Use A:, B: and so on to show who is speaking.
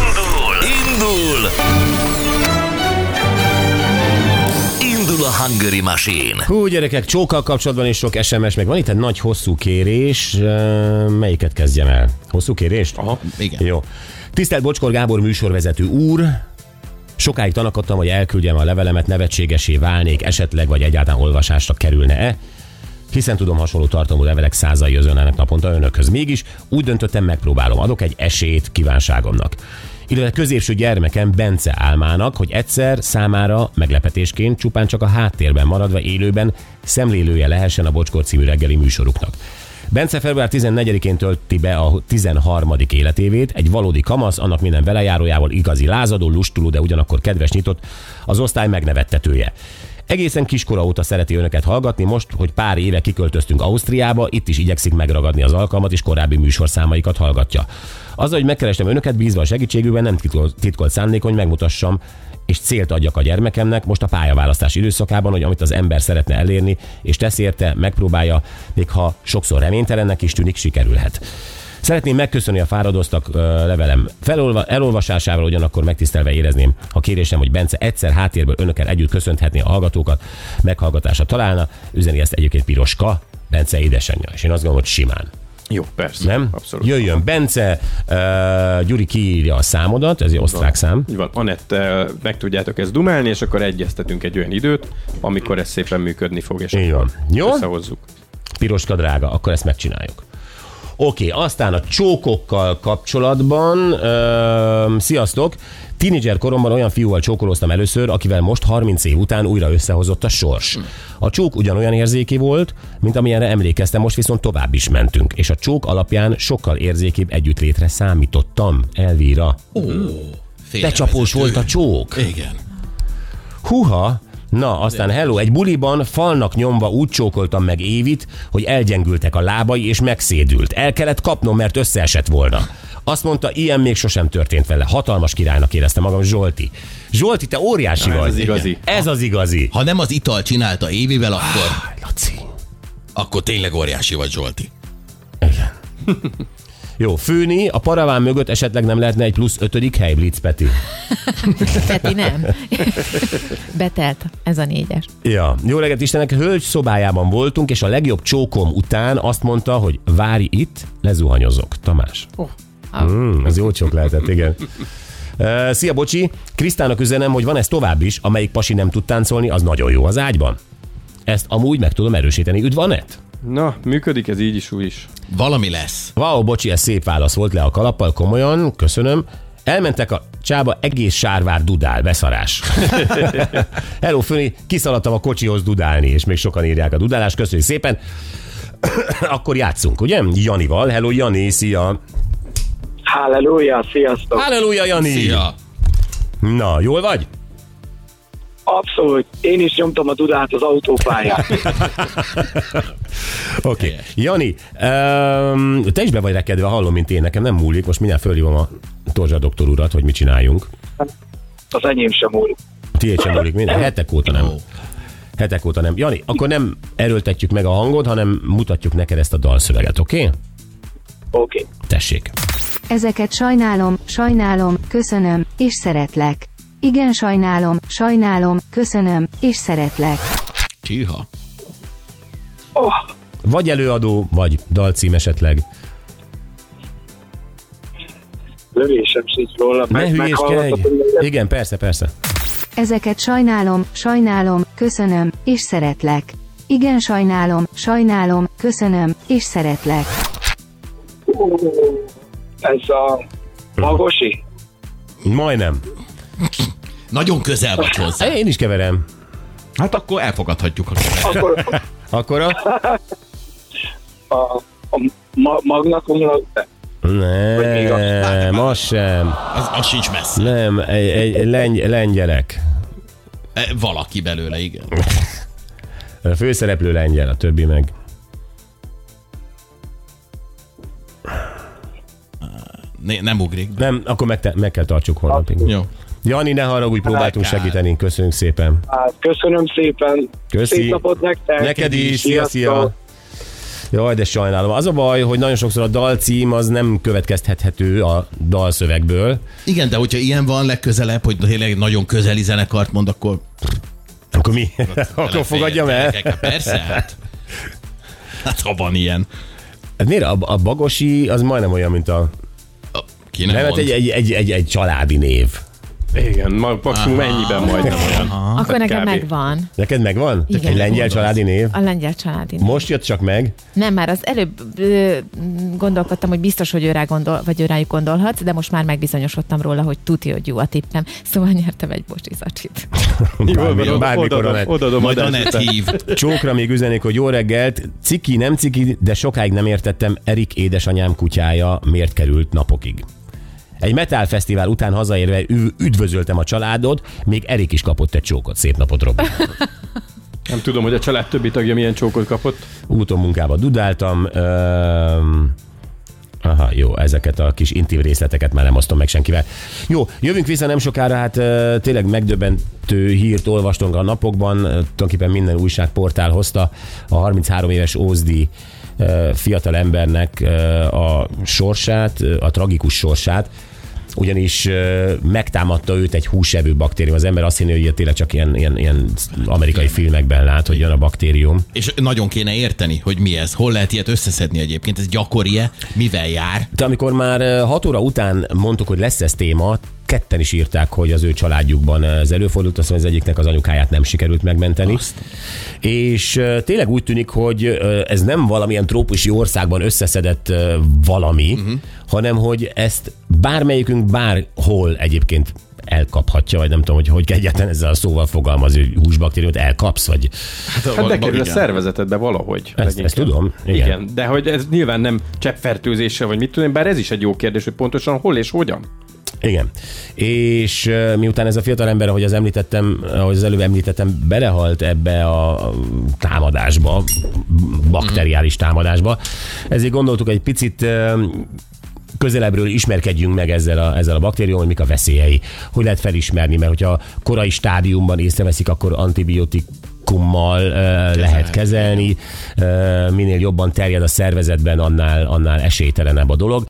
A: Indul! Indul! Indul a Hungary Machine.
B: Hú, gyerekek, csókkal kapcsolatban is sok SMS, meg van itt egy nagy hosszú kérés. Ö, Melyiket kezdjem el? Hosszú kérést? Aha,
C: igen.
B: Jó. Tisztelt Bocskor Gábor műsorvezető úr, Sokáig tanakodtam, hogy elküldjem a levelemet, nevetségesé válnék esetleg, vagy egyáltalán olvasásra kerülne-e hiszen tudom hasonló tartalmú levelek százai jözönlenek naponta önökhöz. Mégis úgy döntöttem, megpróbálom, adok egy esélyt kívánságomnak. Illetve középső gyermekem Bence álmának, hogy egyszer számára meglepetésként csupán csak a háttérben maradva élőben szemlélője lehessen a Bocskor című reggeli műsoruknak. Bence február 14-én tölti be a 13. életévét, egy valódi kamasz, annak minden velejárójával igazi lázadó, lustuló, de ugyanakkor kedves nyitott, az osztály megnevettetője. Egészen kiskora óta szereti önöket hallgatni, most, hogy pár éve kiköltöztünk Ausztriába, itt is igyekszik megragadni az alkalmat, és korábbi műsorszámaikat hallgatja. Azzal, hogy megkerestem önöket, bízva a segítségükben, nem titkolt, titkolt szándék, hogy megmutassam és célt adjak a gyermekemnek most a pályaválasztás időszakában, hogy amit az ember szeretne elérni, és tesz érte, megpróbálja, még ha sokszor reménytelennek is tűnik, sikerülhet. Szeretném megköszönni a fáradoztak ö, levelem felolva, elolvasásával, ugyanakkor megtisztelve érezném, ha kérésem, hogy Bence egyszer háttérből önökkel együtt köszönhetné a hallgatókat, meghallgatása találna, üzeni ezt egyébként Piroska, Bence édesanyja, és én azt gondolom, hogy simán.
D: Jó, persze.
B: Nem?
D: Abszolút.
B: Jöjjön Bence, uh, Gyuri kiírja a számodat, ez egy osztrák szám.
D: Így van, Anette, meg tudjátok ezt dumálni, és akkor egyeztetünk egy olyan időt, amikor ez szépen működni fog, és
B: Így
D: akkor
B: van. Jó?
D: összehozzuk.
B: Piroska drága, akkor ezt megcsináljuk. Oké, aztán a csókokkal kapcsolatban, ö, sziasztok, Tínédzser koromban olyan fiúval csókolóztam először, akivel most 30 év után újra összehozott a sors. A csók ugyanolyan érzéki volt, mint amilyenre emlékeztem, most viszont tovább is mentünk, és a csók alapján sokkal érzékébb együttlétre számítottam. Elvira, becsapós volt a csók.
C: Igen.
B: Huha! Na, aztán hello, egy buliban falnak nyomva úgy csókoltam meg Évit, hogy elgyengültek a lábai és megszédült. El kellett kapnom, mert összeesett volna. Azt mondta, ilyen még sosem történt vele. Hatalmas királynak érezte magam Zsolti. Zsolti, te óriási
D: Na, ez
B: vagy.
D: az igazi.
B: Ez az igazi.
C: Ha nem az ital csinálta évivel, akkor,
B: Aj, Laci.
C: akkor tényleg óriási vagy Zsolti.
B: Jó, főni, a paraván mögött esetleg nem lehetne egy plusz ötödik hely, Blitz Peti.
E: Peti nem. Betelt ez a négyes.
B: Ja, jó reggelt Istenek, hölgy szobájában voltunk, és a legjobb csókom után azt mondta, hogy várj itt, lezuhanyozok. Tamás. Oh. Mm, ez jó csók lehetett, igen. Uh, szia, bocsi! Krisztának üzenem, hogy van ez tovább is, amelyik pasi nem tud táncolni, az nagyon jó az ágyban. Ezt amúgy meg tudom erősíteni. Üdv Anett?
D: Na, működik ez így is, úgy is.
C: Valami lesz.
B: Wow, bocsi, ez szép válasz volt le a kalappal, komolyan, köszönöm. Elmentek a csába, egész sárvár dudál, beszarás. Hello, Föni, kiszaladtam a kocsihoz dudálni, és még sokan írják a dudálást, köszönjük szépen. Akkor játszunk, ugye? Janival. Hello, Jani, szia.
F: Halleluja, sziasztok!
B: Halleluja, Jani.
C: Szia.
B: Na, jól vagy?
F: Abszolút, én is nyomtam a dudát az autópályán.
B: Oké. Okay. Jani, um, te is be vagy rekedve, hallom, mint én, nekem nem múlik. Most mindjárt fölhívom a Torzsa doktor urat, hogy mit csináljunk.
F: Az enyém sem múlik.
B: Tiéd sem múlik minden. Hetek óta nem. Hetek óta nem. Jani, akkor nem erőltetjük meg a hangod, hanem mutatjuk neked ezt a dalszöveget, oké? Okay?
F: Oké. Okay.
B: Tessék.
G: Ezeket sajnálom, sajnálom, köszönöm, és szeretlek. Igen sajnálom, sajnálom, köszönöm, és szeretlek.
C: Csíha.
F: Oh,
B: Vagy előadó, vagy dalcím esetleg.
F: lövésem sincs róla.
B: Ne
F: Meg,
B: hülyéskedj.
F: meghallgatod, hogy
B: Igen, persze, persze.
G: Ezeket sajnálom, sajnálom, köszönöm, és szeretlek. Igen sajnálom, sajnálom, köszönöm, és szeretlek.
F: Ez a magosi?
B: Majdnem.
C: Nagyon közel vagy hozzá.
B: Én is keverem.
C: Hát akkor elfogadhatjuk a kever.
F: Akkor
B: Akkor a...
F: a, a ma, magna cum laude. még
B: Nem, az sem.
C: Az, az sincs messze.
B: Nem, egy, egy lengy, lengyelek.
C: E, Valaki belőle, igen.
B: A főszereplő lengyel, a többi meg.
C: Né- Nem ugrik. be.
B: Nem, akkor meg, te, meg kell tartsuk holnapig.
C: Jó.
B: Jani, ne haragudj, próbáltunk
C: Kár.
B: segíteni. Köszönjük szépen.
F: Hát, köszönöm szépen.
B: Köszi.
F: Szép napot nektek.
B: Neked is, szia, szia.
F: Sziasztok.
B: Jaj, de sajnálom. Az a baj, hogy nagyon sokszor a dalcím az nem következtethető a dalszövegből.
C: Igen, de hogyha ilyen van legközelebb, hogy tényleg nagyon közeli zenekart mond, akkor...
B: Akkor mi? Akkor fogadjam el?
C: Gyerekek, Persze, hát. Hát ha van ilyen.
B: Hát Miért? A, a bagosi az majdnem olyan, mint a...
C: Ki nem,
B: Nem, hát
C: mond.
B: egy, egy, egy, egy, egy családi név.
D: Igen, ma- maximum ennyiben majdnem olyan.
E: Akkor nekem
D: kb.
E: megvan.
B: Neked megvan?
E: Igen.
B: Egy lengyel
C: Gondolsz.
B: családi név?
E: A lengyel családi.
B: Most jött csak meg.
E: Nem, már az előbb ö, m, gondolkodtam, hogy biztos, hogy ő rá gondol, vagy ő rájuk gondolhatsz, de most már megbizonyosodtam róla, hogy tuti, hogy jó a tippem. Szóval nyertem egy bocsizacsit.
B: Bármi, bármikor a net.
D: Odadom
C: Majd a net hív.
B: Csókra még üzenik, hogy jó reggelt. Ciki, nem ciki, de sokáig nem értettem, Erik édesanyám kutyája miért került napokig. Egy metálfesztivál után hazaérve ü- üdvözöltem a családot, még Erik is kapott egy csókot. Szép napot, Robi.
D: Nem tudom, hogy a család többi tagja milyen csókot kapott.
B: Úton munkába dudáltam. Öm... Aha, jó, ezeket a kis intim részleteket már nem osztom meg senkivel. Jó, jövünk vissza nem sokára, hát ö, tényleg megdöbbentő hírt olvastunk a napokban, Ö, tulajdonképpen minden újságportál hozta a 33 éves Ózdi ö, fiatal embernek ö, a sorsát, ö, a tragikus sorsát, ugyanis ö, megtámadta őt egy húsevő baktérium. Az ember azt hinni, hogy ilyet tényleg csak ilyen, ilyen, ilyen amerikai filmekben lát, hogy jön a baktérium.
C: És nagyon kéne érteni, hogy mi ez. Hol lehet ilyet összeszedni egyébként? Ez gyakori-e? Mivel jár?
B: De amikor már ö, hat óra után mondtuk, hogy lesz ez téma, ketten is írták, hogy az ő családjukban ez előfordult, azt mondja, az egyiknek az anyukáját nem sikerült megmenteni. Azt. És ö, tényleg úgy tűnik, hogy ö, ez nem valamilyen trópusi országban összeszedett ö, valami, uh-huh. hanem hogy ezt bármelyikünk bárhol egyébként elkaphatja, vagy nem tudom, hogy hogy egyáltalán ezzel a szóval fogalmaz, hogy húsbaktériumot elkapsz, vagy
D: Hát
C: Val-
D: de kerül a
C: igen.
D: szervezetedbe valahogy.
B: ezt,
D: leginkább.
B: ezt tudom.
D: Igen. Igen, de hogy ez nyilván nem cseppfertőzéssel, vagy mit tudom én, bár ez is egy jó kérdés, hogy pontosan hol és hogyan.
B: Igen. És ö, miután ez a fiatal ember, ahogy az említettem, ahogy az előbb említettem, belehalt ebbe a támadásba, bakteriális támadásba, ezért gondoltuk egy picit ö, közelebbről ismerkedjünk meg ezzel a, ezzel a baktériummal, hogy mik a veszélyei, hogy lehet felismerni, mert hogyha korai stádiumban észreveszik, akkor antibiotikummal ö, lehet kezelni, ö, minél jobban terjed a szervezetben, annál, annál esélytelenebb a dolog.